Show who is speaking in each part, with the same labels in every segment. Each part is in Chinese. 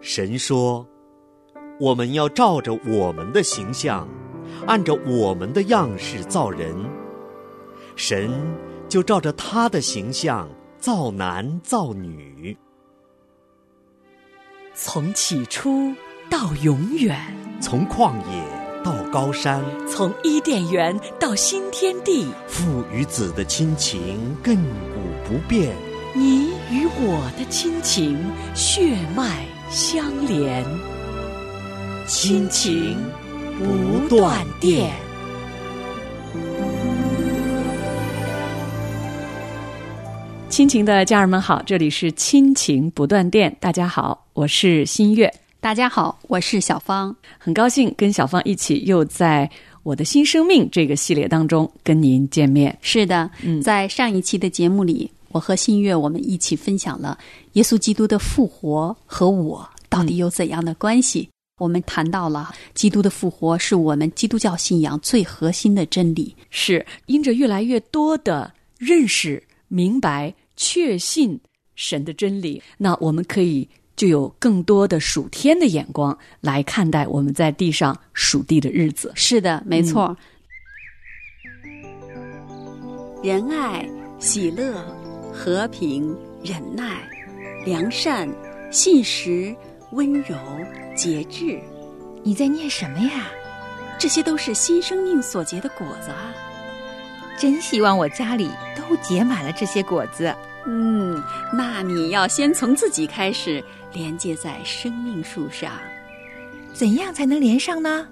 Speaker 1: 神说：“我们要照着我们的形象，按照我们的样式造人。”神就照着他的形象造男造女。
Speaker 2: 从起初到永远，
Speaker 1: 从旷野到高山，
Speaker 2: 从伊甸园到新天地，
Speaker 1: 父与子的亲情亘古不变。
Speaker 2: 你与我的亲情血脉相连，亲情不断电。亲情的家人们好，这里是亲情不断电，大家好，我是新月，
Speaker 3: 大家好，我是小芳。
Speaker 2: 很高兴跟小芳一起又在我的新生命这个系列当中跟您见面。
Speaker 3: 是的，在上一期的节目里，我和新月我们一起分享了耶稣基督的复活和我到底有怎样的关系。我们谈到了基督的复活是我们基督教信仰最核心的真理。
Speaker 2: 是因着越来越多的认识、明白、确信神的真理，那我们可以就有更多的属天的眼光来看待我们在地上属地的日子。
Speaker 3: 是的，没错。仁爱、喜乐、和平、忍耐、良善、信实、温柔、节制，
Speaker 4: 你在念什么呀？
Speaker 3: 这些都是新生命所结的果子啊。
Speaker 4: 真希望我家里都结满了这些果子。
Speaker 3: 嗯，那你要先从自己开始，连接在生命树上。
Speaker 4: 怎样才能连上呢？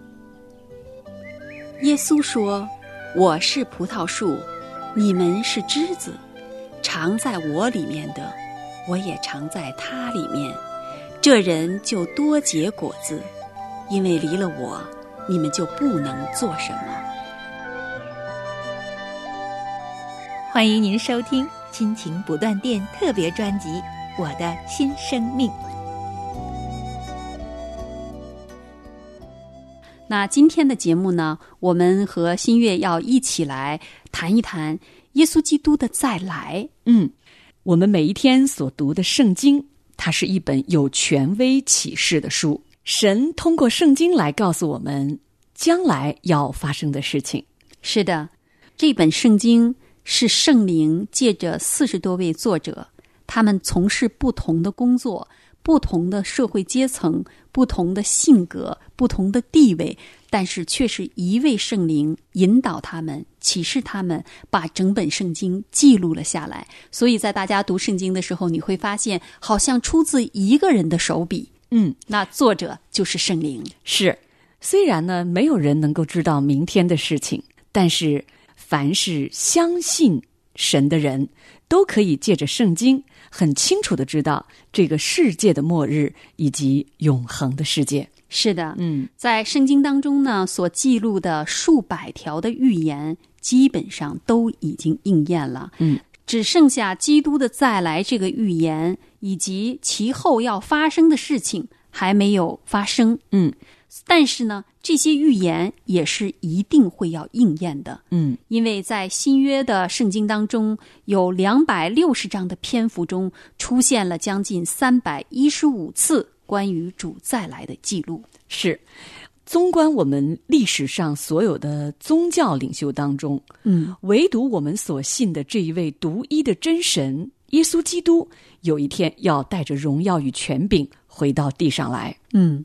Speaker 3: 耶稣说：“我是葡萄树，你们是枝子，常在我里面的，我也常在他里面。这人就多结果子，因为离了我，你们就不能做什么。
Speaker 4: 欢迎您收听《亲情不断电》特别专辑《我的新生命》。
Speaker 3: 那今天的节目呢，我们和新月要一起来谈一谈耶稣基督的再来。
Speaker 2: 嗯，我们每一天所读的圣经，它是一本有权威启示的书。神通过圣经来告诉我们将来要发生的事情。
Speaker 3: 是的，这本圣经是圣灵借着四十多位作者，他们从事不同的工作、不同的社会阶层、不同的性格、不同的地位，但是却是一位圣灵引导他们、启示他们，把整本圣经记录了下来。所以在大家读圣经的时候，你会发现好像出自一个人的手笔，
Speaker 2: 嗯，
Speaker 3: 那作者就是圣灵。
Speaker 2: 是。虽然呢，没有人能够知道明天的事情，但是凡是相信神的人，都可以借着圣经，很清楚的知道这个世界的末日以及永恒的世界。
Speaker 3: 是的，
Speaker 2: 嗯，
Speaker 3: 在圣经当中呢，所记录的数百条的预言，基本上都已经应验了。
Speaker 2: 嗯，
Speaker 3: 只剩下基督的再来这个预言，以及其后要发生的事情还没有发生。
Speaker 2: 嗯，
Speaker 3: 但是呢，这些预言也是一定会要应验的。
Speaker 2: 嗯，
Speaker 3: 因为在新约的圣经当中，有两百六十章的篇幅中，出现了将近三百一十五次关于主再来的记录。
Speaker 2: 是。纵观我们历史上所有的宗教领袖当中，
Speaker 3: 嗯，
Speaker 2: 唯独我们所信的这一位独一的真神耶稣基督，有一天要带着荣耀与权柄回到地上来。
Speaker 3: 嗯，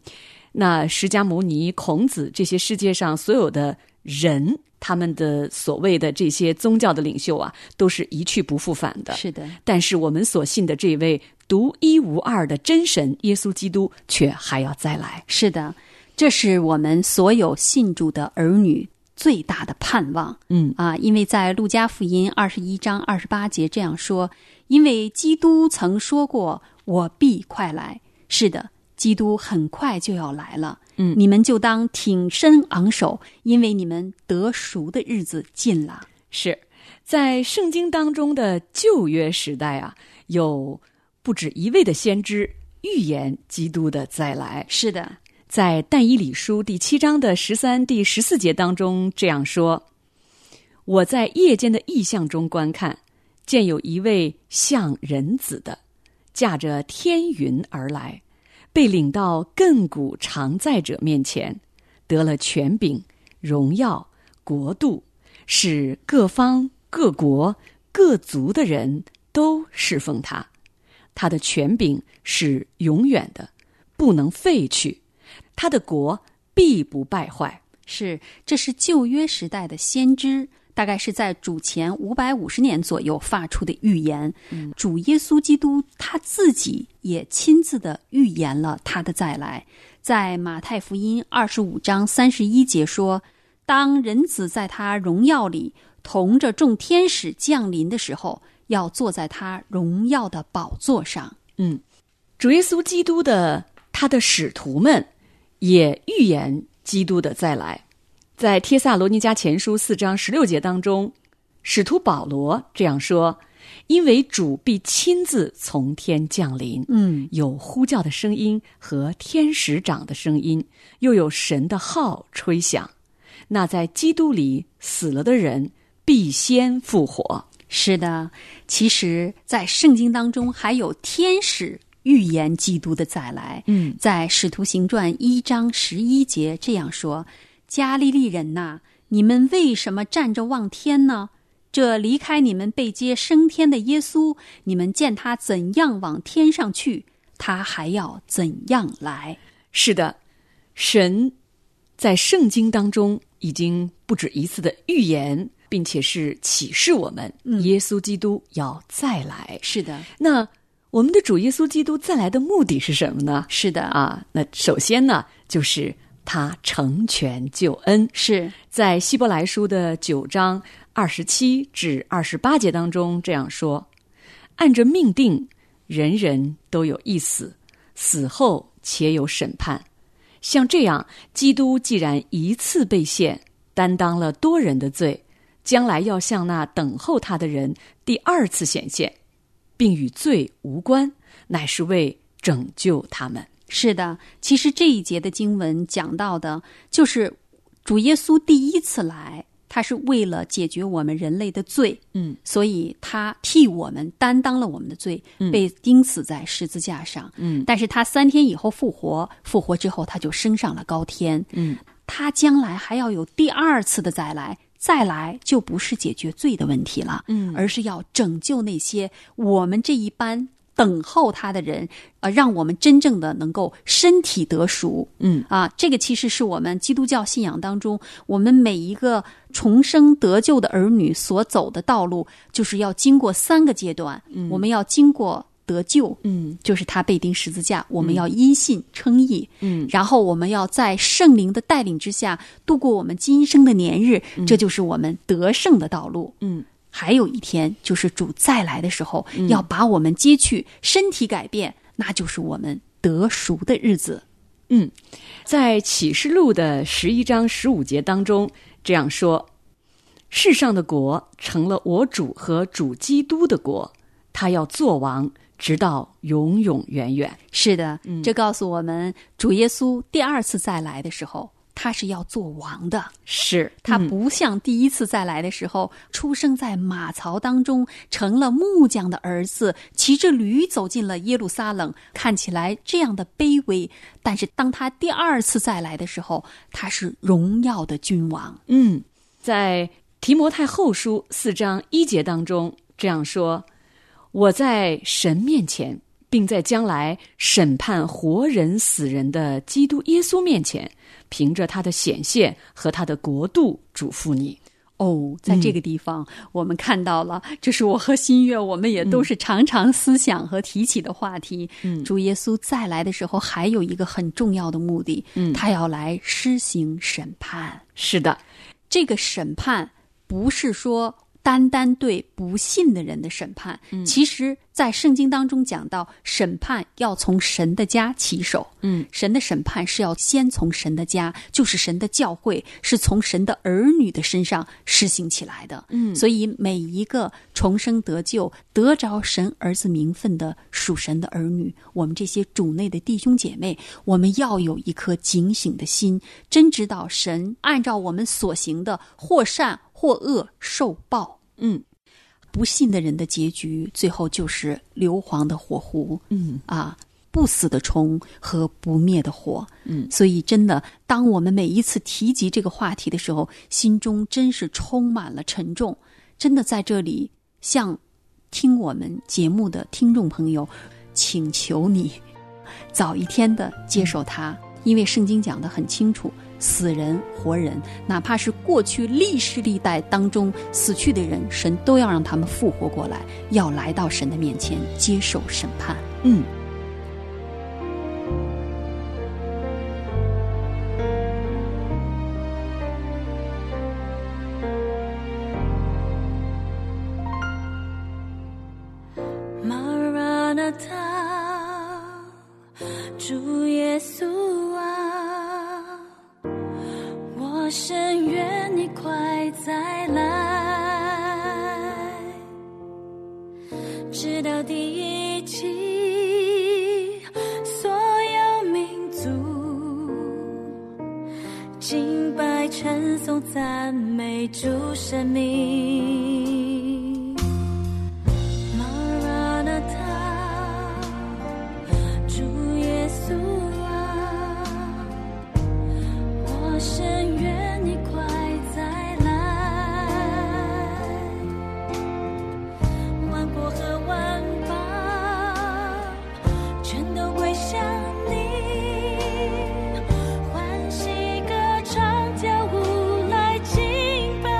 Speaker 2: 那释迦牟尼、孔子这些世界上所有的人，他们的所谓的这些宗教的领袖啊，都是一去不复返的。
Speaker 3: 是的，
Speaker 2: 但是我们所信的这位独一无二的真神耶稣基督，却还要再来。
Speaker 3: 是的，这是我们所有信主的儿女最大的盼望
Speaker 2: 嗯
Speaker 3: 啊！因为在路加福音二十一章二十八节这样说：“因为基督曾说过，我必快来。”是的，基督很快就要来了。
Speaker 2: 嗯
Speaker 3: 你们就当挺身昂首，因为你们得赎的日子近了。
Speaker 2: 是在圣经当中的旧约时代啊，有不止一位的先知预言基督的再来。
Speaker 3: 是的，
Speaker 2: 在但以理书第七章的十三、第十四节当中这样说：“我在夜间的异象中观看，见有一位像人子的，驾着天云而来，被领到亘古常在者面前，得了权柄、荣耀、国度，使各方、各国、各族的人都侍奉他。他的权柄是永远的，不能废去；他的国必不败坏。
Speaker 3: 是，这是旧约时代的先知，大概是在主前五百五十年左右发出的预言。主耶稣基督他自己也亲自的预言了他的再来，在马太福音二十五章三十一节说：“当人子在他荣耀里同着众天使降临的时候，要坐在他荣耀的宝座上。”
Speaker 2: 嗯，主耶稣基督的他的使徒们也预言基督的再来。在帖萨罗尼迦前书四章十六节当中，使徒保罗这样说：“因为主必亲自从天降临，
Speaker 3: 嗯，
Speaker 2: 有呼叫的声音和天使长的声音，又有神的号吹响。那在基督里死了的人必先复活。
Speaker 3: 是的，其实，在圣经当中还有天使预言基督的再来。
Speaker 2: 嗯，
Speaker 3: 在《使徒行传》一章十一节这样说：“加利利人呐、你们为什么站着望天呢？这离开你们被接升天的耶稣，你们见他怎样往天上去，他还要怎样来。”
Speaker 2: 是的，神在圣经当中已经不止一次的预言，并且是启示我们，
Speaker 3: 嗯
Speaker 2: 耶稣基督要再来。
Speaker 3: 是的，
Speaker 2: 那我们的主耶稣基督再来的目的是什么呢？
Speaker 3: 是的，
Speaker 2: 啊，那首先呢，就是他成全救恩。
Speaker 3: 是
Speaker 2: 在希伯来书的九章二十七至二十八节当中这样说：“按着命定，人人都有一死，死后且有审判。像这样，基督既然一次被献，担当了多人的罪，将来要向那等候他的人第二次显现，并与罪无关，乃是为拯救他们。
Speaker 3: 是的，其实这一节的经文讲到的，就是主耶稣第一次来，他是为了解决我们人类的罪，
Speaker 2: 嗯，
Speaker 3: 所以他替我们担当了我们的罪，被钉死在十字架上，
Speaker 2: 嗯，
Speaker 3: 但是他三天以后复活，复活之后他就升上了高天，
Speaker 2: 嗯，
Speaker 3: 他将来还要有第二次的再来。再来就不是解决罪的问题了，
Speaker 2: 嗯
Speaker 3: 而是要拯救那些我们这一般等候他的人，呃，让我们真正的能够身体得赎。
Speaker 2: 嗯
Speaker 3: 啊，这个其实是我们基督教信仰当中，我们每一个重生得救的儿女所走的道路，就是要经过三个阶段。嗯，我们要经过得救，
Speaker 2: 嗯
Speaker 3: 就是他被钉十字架，我们要因信称义。
Speaker 2: 嗯，
Speaker 3: 然后我们要在圣灵的带领之下度过我们今生的年日，这就是我们得胜的道路。
Speaker 2: 嗯，
Speaker 3: 还有一天就是主再来的时候，要把我们接去，身体改变，那就是我们得赎的日子。
Speaker 2: 在启示录的十一章十五节当中这样说：“世上的国成了我主和主基督的国，他要做王，直到永永远远。
Speaker 3: 是的，这告诉我们，主耶稣第二次再来的时候，他是要做王的。
Speaker 2: 是”
Speaker 3: 他
Speaker 2: 他
Speaker 3: 不像第一次再来的时候，出生在马槽当中，成了木匠的儿子，骑着驴走进了耶路撒冷，看起来这样的卑微。但是当他第二次再来的时候，他是荣耀的君王。
Speaker 2: 嗯，在提摩太后书四章一节当中这样说：“我在神面前，并在将来审判活人死人的基督耶稣面前，凭着他的显现和他的国度，嘱咐你。”
Speaker 3: 哦，在
Speaker 2: 嗯
Speaker 3: 这个地方、我们看到了，这是我和新月，我们也都是常常思想和提起的话题。
Speaker 2: 嗯
Speaker 3: 主耶稣再来的时候，还有一个很重要的目的，
Speaker 2: 嗯
Speaker 3: 他要来施行审判。
Speaker 2: 是的，
Speaker 3: 这个审判不是说单单对不信的人的审判，
Speaker 2: 嗯
Speaker 3: 其实，在圣经当中讲到，审判要从神的家起手。
Speaker 2: 嗯，
Speaker 3: 神的审判是要先从神的家，就是神的教会，是从神的儿女的身上施行起来的。
Speaker 2: 嗯
Speaker 3: 所以每一个重生得救、得着神儿子名分的属神的儿女，我们这些主内的弟兄姐妹，我们要有一颗警醒的心，真知道神按照我们所行的，或善或恶受报。
Speaker 2: 嗯
Speaker 3: 不信的人的结局，最后就是硫磺的火湖。
Speaker 2: 嗯
Speaker 3: 啊，不死的虫和不灭的火。
Speaker 2: 嗯
Speaker 3: 所以真的，当我们每一次提及这个话题的时候，心中真是充满了沉重。真的在这里向听我们节目的听众朋友，请求你早一天的接受它，因为圣经讲得很清楚，死人活人，哪怕是过去历世历代当中死去的人，神都要让他们复活过来，要来到神的面前接受审判。
Speaker 2: 嗯，
Speaker 5: Maranatha，主耶稣啊，我深愿你快再来，直到地极，所有民族敬拜、称颂、赞美主神名。Maranatha，主耶稣啊，我深愿你快再来，万国和万邦全都归向你，欢喜歌唱跳舞来敬拜。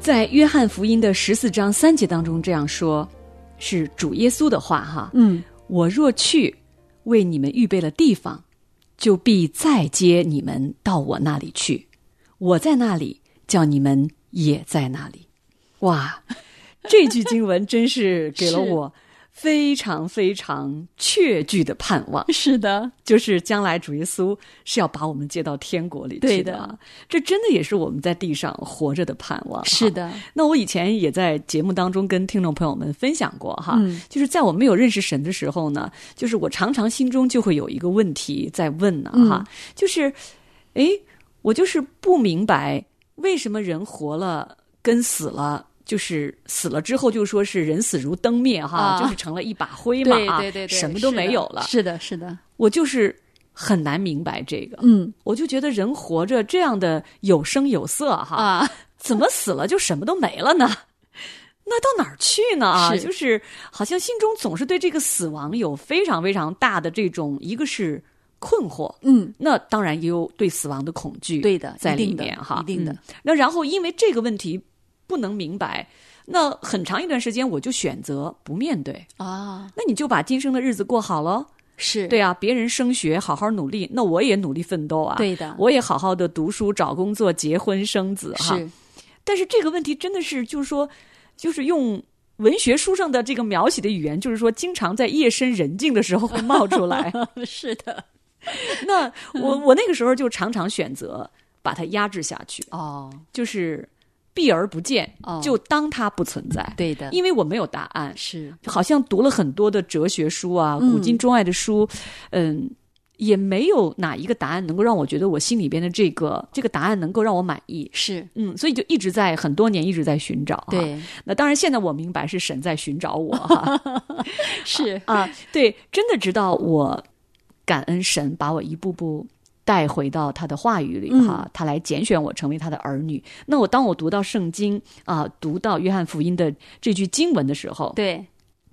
Speaker 2: 在约翰福音的十四章三节当中这样说，是主耶稣的话哈。
Speaker 3: 嗯，
Speaker 2: 我若去，为你们预备了地方，就必再接你们到我那里去。我在那里，叫你们也在那里。哇，这句经文真是给了我非常非常确据的盼望。
Speaker 3: 是的，
Speaker 2: 就是将来主耶稣是要把我们接到天国里去
Speaker 3: 对
Speaker 2: 啊
Speaker 3: 的，
Speaker 2: 这真的也是我们在地上活着的盼望。
Speaker 3: 是
Speaker 2: 的。
Speaker 3: 的，
Speaker 2: 那我以前也在节目当中跟听众朋友们分享过哈，
Speaker 3: 嗯
Speaker 2: 就是在我没有认识神的时候呢，就是我常常心中就会有一个问题在问呢、
Speaker 3: 嗯
Speaker 2: 哈，就是，诶，我就是不明白为什么人活了跟死了。就是死了之后就说是人死如灯灭哈，
Speaker 3: 啊
Speaker 2: 就是成了一把灰
Speaker 3: 对
Speaker 2: 嘛啊，
Speaker 3: 对对对，
Speaker 2: 什么都
Speaker 3: 是的
Speaker 2: 没有了。
Speaker 3: 是的，是的，
Speaker 2: 我就是很难明白这个，
Speaker 3: 嗯
Speaker 2: 我就觉得人活着这样的有声有色哈，
Speaker 3: 啊，
Speaker 2: 怎么死了就什么都没了 呢？那到哪儿去呢？啊，
Speaker 3: 是
Speaker 2: 就是好像心中总是对这个死亡有非常非常大的这种，一个是困惑，
Speaker 3: 嗯，
Speaker 2: 那当然也有对死亡的恐惧，
Speaker 3: 对的，
Speaker 2: 在
Speaker 3: 一定
Speaker 2: 里
Speaker 3: 的
Speaker 2: 面哈，
Speaker 3: 一定的
Speaker 2: 嗯。那然后因为这个问题不能明白，那很长一段时间我就选择不面对，
Speaker 3: 啊，
Speaker 2: 那你就把今生的日子过好喽。
Speaker 3: 是
Speaker 2: 对啊，别人升学好好努力，那我也努力奋斗啊。
Speaker 3: 对的
Speaker 2: 我也好好的读书、找工作、结婚生子哈。
Speaker 3: 是
Speaker 2: 但是这个问题真的是，就是说，就是用文学书上的这个描写的语言，就是说，经常在夜深人静的时候会冒出 来。
Speaker 3: 是的，
Speaker 2: 那我我那个时候就常常选择把它压制下去，
Speaker 3: 哦，
Speaker 2: 就是避而不见，
Speaker 3: 哦
Speaker 2: 就当它不存在。
Speaker 3: 对的，
Speaker 2: 因为我没有答案，
Speaker 3: 是
Speaker 2: 好像读了很多的哲学书啊，
Speaker 3: 嗯
Speaker 2: 古今中外的书，嗯。也没有哪一个答案能够让我觉得我心里边的这个这个答案能够让我满意，
Speaker 3: 是，
Speaker 2: 嗯，所以就一直在很多年一直在寻找、啊。，
Speaker 3: 对，
Speaker 2: 那当然现在我明白是神在寻找我 哈、
Speaker 3: 是
Speaker 2: 啊，对，真的直到我感恩神把我一步步带回到他的话语里哈、
Speaker 3: 嗯
Speaker 2: 他来拣选我成为他的儿女。那我当我读到圣经啊，读到约翰福音的这句经文的时候，
Speaker 3: 对，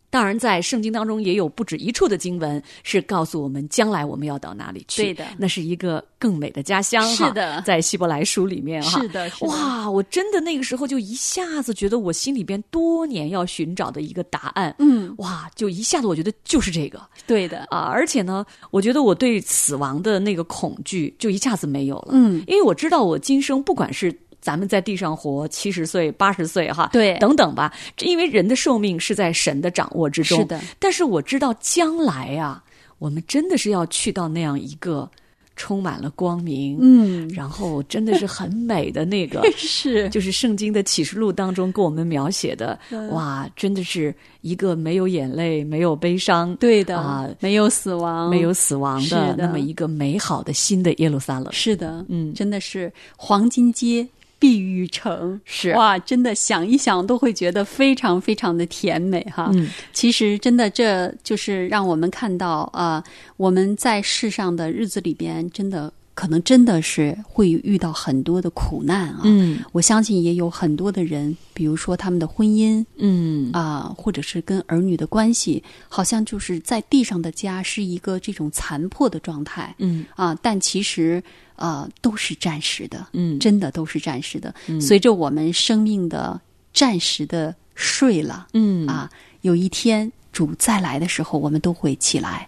Speaker 2: 当然，在圣经当中也有不止一处的经文是告诉我们将来我们要到哪里去。
Speaker 3: 对的
Speaker 2: 那是一个更美的家乡哈。
Speaker 3: 是的
Speaker 2: 在希伯来书里面哈。
Speaker 3: 是的，是的，
Speaker 2: 哇！我真的那个时候就一下子觉得我心里边多年要寻找的一个答案，
Speaker 3: 嗯，
Speaker 2: 哇，就一下子我觉得就是这个
Speaker 3: 对的，
Speaker 2: 啊！而且呢，我觉得我对死亡的那个恐惧就一下子没有了，
Speaker 3: 嗯，
Speaker 2: 因为我知道我今生不管是咱们在地上活七十岁、八十岁哈，
Speaker 3: 对
Speaker 2: 等等吧，这因为人的寿命是在神的掌握之中。
Speaker 3: 是的，
Speaker 2: 但是我知道将来啊，我们真的是要去到那样一个充满了光明，
Speaker 3: 嗯，，
Speaker 2: 然后真的是很美的那个
Speaker 3: 是
Speaker 2: 就是圣经的启示录当中给我们描写的，
Speaker 3: 嗯
Speaker 2: 哇，真的是一个没有眼泪、没有悲伤，
Speaker 3: 对的
Speaker 2: 啊，
Speaker 3: 没有死亡，
Speaker 2: 没有死亡
Speaker 3: 是
Speaker 2: 的
Speaker 3: 的
Speaker 2: 那么一个美好的新的耶路撒冷。
Speaker 3: 是的，
Speaker 2: 嗯
Speaker 3: 真的是黄金街。碧玉城
Speaker 2: 是
Speaker 3: 哇，真的想一想都会觉得非常非常的甜美哈。
Speaker 2: 嗯，
Speaker 3: 其实真的这就是让我们看到啊、我们在世上的日子里边，真的可能真的是会遇到很多的苦难啊。
Speaker 2: 嗯
Speaker 3: 我相信也有很多的人，比如说他们的婚姻
Speaker 2: 嗯
Speaker 3: 啊、或者是跟儿女的关系，好像就是在地上的家是一个这种残破的状态。
Speaker 2: 嗯
Speaker 3: 啊，但其实呃都是暂时的，
Speaker 2: 嗯，
Speaker 3: 真的都是暂时的。随着我们生命的暂时的睡了、
Speaker 2: 嗯
Speaker 3: 啊，有一天主再来的时候，我们都会起来。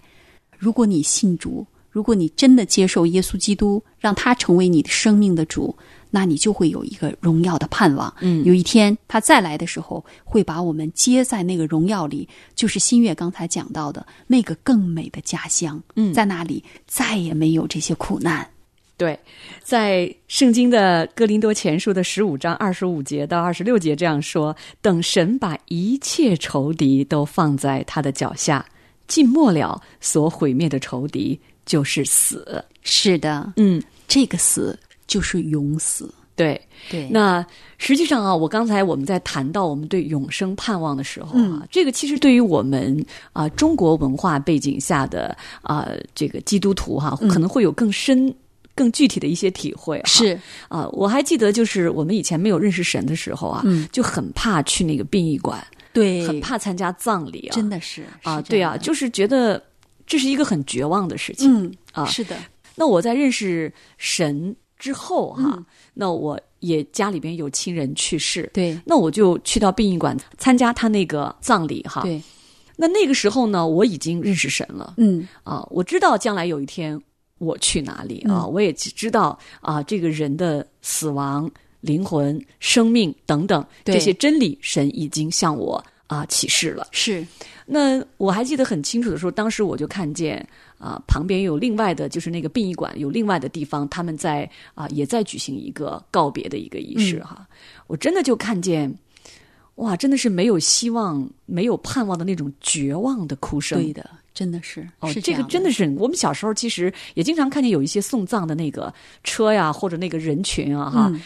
Speaker 3: 如果你信主，如果你真的接受耶稣基督，让他成为你的生命的主，那你就会有一个荣耀的盼望。
Speaker 2: 嗯
Speaker 3: 有一天他再来的时候，会把我们接在那个荣耀里，就是新月刚才讲到的那个更美的家乡。
Speaker 2: 嗯
Speaker 3: 在那里再也没有这些苦难。
Speaker 2: 对，在圣经的哥林多前书的十五章二十五节到二十六节这样说：等神把一切仇敌都放在他的脚下，尽末了所毁灭的仇敌就是死。
Speaker 3: 是的，
Speaker 2: 嗯，
Speaker 3: 这个死就是永死。
Speaker 2: 嗯对。
Speaker 3: 对那
Speaker 2: 那实际上啊，我刚才我们在谈到我们对永生盼望的时候啊，这个其实对于我们啊、中国文化背景下的啊、这个基督徒哈、可能会有更深、更具体的一些体会、哈。
Speaker 3: 是
Speaker 2: 啊、我还记得，就是我们以前没有认识神的时候啊，
Speaker 3: 嗯
Speaker 2: 就很怕去那个殡仪馆，
Speaker 3: 对
Speaker 2: 很怕参加葬礼啊，
Speaker 3: 真的是
Speaker 2: 啊、对啊，，就是觉得这是一个很绝望的事
Speaker 3: 是这
Speaker 2: 情。
Speaker 3: 样的嗯
Speaker 2: 啊
Speaker 3: 是的，嗯
Speaker 2: 那我在认识神之后哈、那我也家里边有亲人去世，
Speaker 3: 对
Speaker 2: 那我就去到殡仪馆参加他那个葬礼哈。
Speaker 3: 对，
Speaker 2: 那那个时候呢，我已经认识神了
Speaker 3: 嗯
Speaker 2: 啊，我知道将来有一天我去哪里啊，
Speaker 3: 嗯
Speaker 2: 我也知道啊这个人的死亡、灵魂、生命等等
Speaker 3: 对
Speaker 2: 这些真理，神已经向我啊启示了。
Speaker 3: 是，
Speaker 2: 那我还记得很清楚的时候，当时我就看见啊、旁边有另外的，就是那个殡仪馆有另外的地方，他们在啊、也在举行一个告别的一个仪
Speaker 3: 嗯
Speaker 2: 式哈。我真的就看见，哇，真的是没有希望、没有盼望的那种绝望的哭声。
Speaker 3: 对的，真的是，
Speaker 2: 哦，
Speaker 3: 是
Speaker 2: 这个
Speaker 3: 样
Speaker 2: 真的是我们小时候其实也经常看见有一些送葬的那个车呀，或者那个人群啊，哈，
Speaker 3: 嗯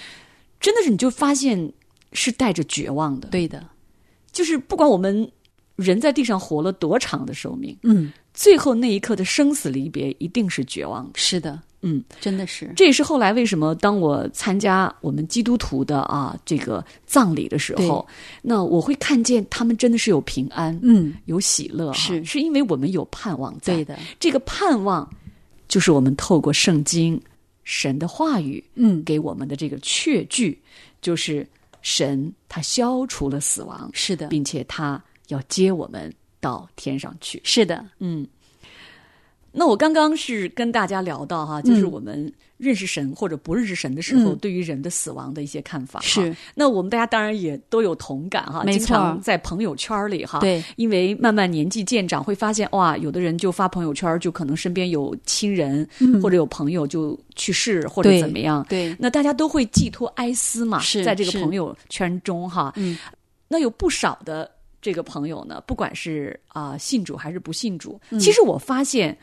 Speaker 2: 真的是你就发现是带着绝望的。，
Speaker 3: 对的，
Speaker 2: 就是不管我们人在地上活了多长的寿命，
Speaker 3: 嗯，
Speaker 2: 最后那一刻的生死离别一定是绝望的。
Speaker 3: 是的，
Speaker 2: 嗯，
Speaker 3: 真的是，
Speaker 2: 这也是后来为什么当我参加我们基督徒的啊这个葬礼的时候，那我会看见他们真的是有平安，
Speaker 3: 嗯，
Speaker 2: 有喜乐、啊，
Speaker 3: 是
Speaker 2: 是因为我们有盼望在。
Speaker 3: 对的，
Speaker 2: 这个盼望，就是我们透过圣经、神的话语
Speaker 3: 嗯，
Speaker 2: 给我们的这个确据，就是神他消除了死亡，
Speaker 3: 是的，
Speaker 2: 并且他要接我们到天上去。
Speaker 3: 是的，
Speaker 2: 嗯，那我刚刚是跟大家聊到哈，就是
Speaker 3: 嗯
Speaker 2: 我们认识神或者不认识神的时候，
Speaker 3: 嗯
Speaker 2: 对于人的死亡的一些看法哈。
Speaker 3: 是
Speaker 2: 那我们大家当然也都有同感哈，
Speaker 3: 没
Speaker 2: 经
Speaker 3: 错
Speaker 2: 常在朋友圈里哈，
Speaker 3: 对
Speaker 2: 因为慢慢年纪渐长，会发现哇，有的人就发朋友圈，就可能身边有亲人、或者有朋友就去世或者
Speaker 3: 对
Speaker 2: 怎么样，
Speaker 3: 对，
Speaker 2: 那大家都会寄托哀思嘛，
Speaker 3: 是
Speaker 2: 在这个
Speaker 3: 是
Speaker 2: 朋友圈中哈，
Speaker 3: 嗯，
Speaker 2: 那有不少的这个朋友呢，不管是啊、信主还是不信主，
Speaker 3: 嗯
Speaker 2: 其实我发现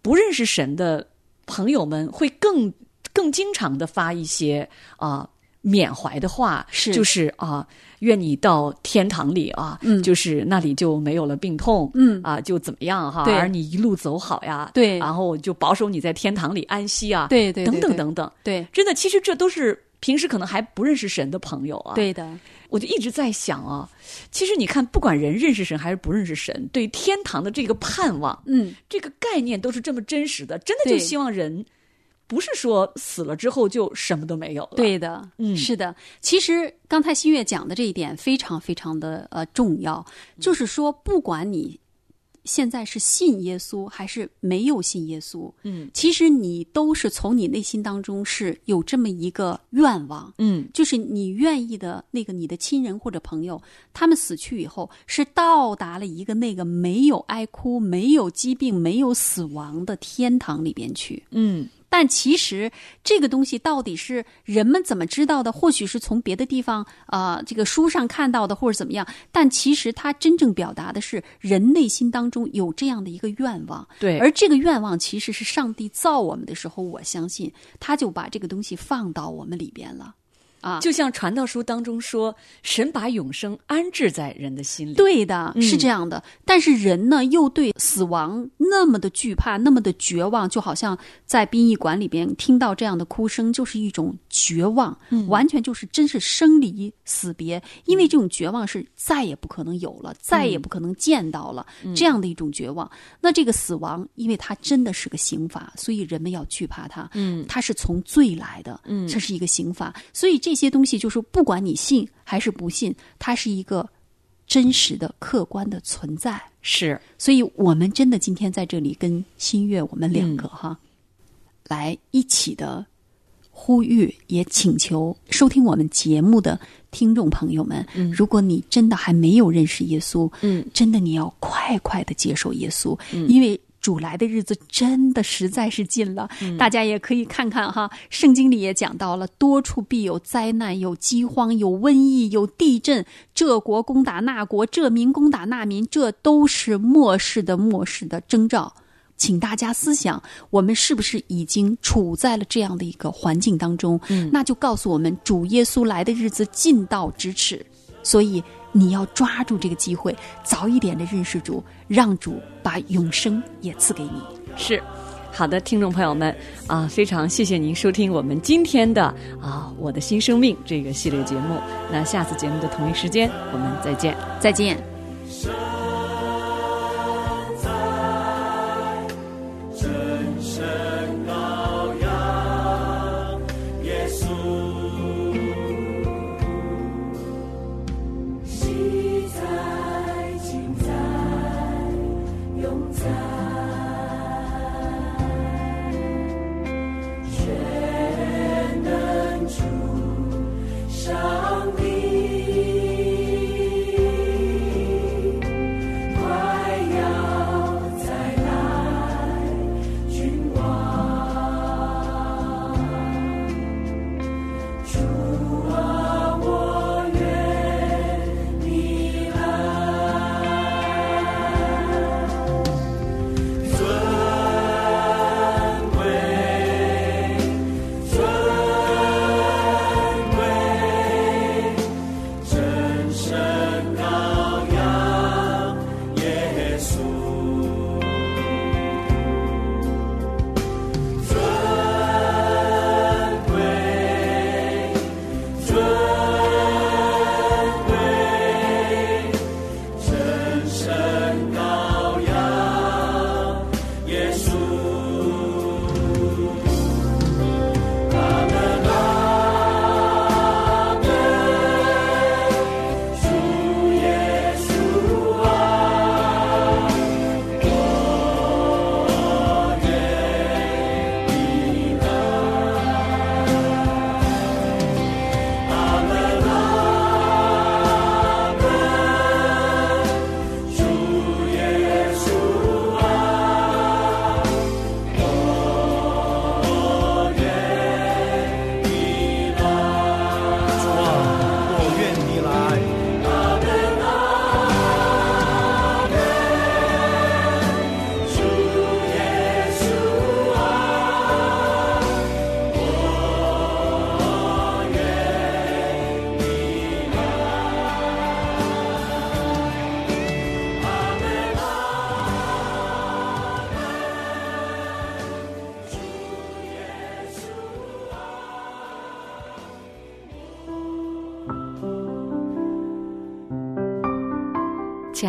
Speaker 2: 不认识神的朋友们会更更经常的发一些啊。缅怀的话
Speaker 3: 是
Speaker 2: 就是啊，愿你到天堂里啊，
Speaker 3: 嗯
Speaker 2: 就是那里就没有了病痛，
Speaker 3: 嗯啊
Speaker 2: 啊，就怎么样哈，
Speaker 3: 对
Speaker 2: 而你一路走好呀，
Speaker 3: 对
Speaker 2: 然后就保守你在天堂里安息啊，
Speaker 3: 对对，
Speaker 2: 等
Speaker 3: 对
Speaker 2: 等，等等，
Speaker 3: 对，
Speaker 2: 真的，其实这都是平时可能还不认识神的朋友啊，
Speaker 3: 对的，
Speaker 2: 我就一直在想啊，其实你看，不管人认识神还是不认识神，对天堂的这个盼望、
Speaker 3: 嗯，
Speaker 2: 这个概念都是这么真实的，真的就
Speaker 3: 对
Speaker 2: 希望人不是说死了之后就什么都没有了。，
Speaker 3: 对的，
Speaker 2: 嗯
Speaker 3: 是的。其实刚才新月讲的这一点非常非常的呃重要，
Speaker 2: 嗯
Speaker 3: 就是说，不管你现在是信耶稣还是没有信耶稣，
Speaker 2: 嗯
Speaker 3: 其实你都是从你内心当中是有这么一个愿望，
Speaker 2: 嗯，
Speaker 3: 就是你愿意的那个你的亲人或者朋友，他们死去以后是到达了一个那个没有哀哭、没有疾病、没有死亡的天堂里边去。
Speaker 2: 嗯，
Speaker 3: 但其实这个东西到底是人们怎么知道的？或许是从别的地方啊、呃这个书上看到的，或者怎么样。但其实它真正表达的是人内心当中有这样的一个愿望，
Speaker 2: 对，
Speaker 3: 而这个愿望其实是上帝造我们的时候，我相信他就把这个东西放到我们里边了。啊，
Speaker 2: 就像传道书当中说，神把永生安置在人的心里。，
Speaker 3: 对的，
Speaker 2: 嗯
Speaker 3: 是这样的。但是人呢，又对死亡那么的惧怕，那么的绝望，就好像在殡仪馆里边听到这样的哭声，就是一种绝望，
Speaker 2: 嗯
Speaker 3: 完全就是真是生离死别。因为这种绝望是再也不可能有
Speaker 2: 嗯
Speaker 3: 了，再也不可能见到了、这样的一种绝望。那这个死亡，因为它真的是个刑罚，所以人们要惧怕它。
Speaker 2: 嗯
Speaker 3: 它是从罪来的，
Speaker 2: 嗯
Speaker 3: 这是一个刑罚。所以这些东西就是不管你信还是不信，它是一个真实的、客观的存在。
Speaker 2: 是，
Speaker 3: 所以我们真的今天在这里跟新月，我们两个哈，来一起的呼吁，也请求收听我们节目的听众朋友们，如果你真的还没有认识耶稣，
Speaker 2: 嗯，
Speaker 3: 真的你要快快的接受耶稣，因为。主来的日子真的实在是近了，大家也可以看看哈，圣经里也讲到了，多处必有灾难，有饥荒，有瘟疫，有地震，这国攻打那国，这民攻打那民，这都是末世的末世的征兆。请大家思想，我们是不是已经处在了这样的一个环境当中？那就告诉我们，主耶稣来的日子近到咫尺，所以你要抓住这个机会，早一点的认识主，让主把永生也赐给你。
Speaker 2: 是。好的，听众朋友们啊，非常谢谢您收听我们今天的啊《我的新生命》这个系列节目。那下次节目的同一时间，我们再见。
Speaker 3: 再见。
Speaker 6: 神羔羊，耶稣。
Speaker 2: 亲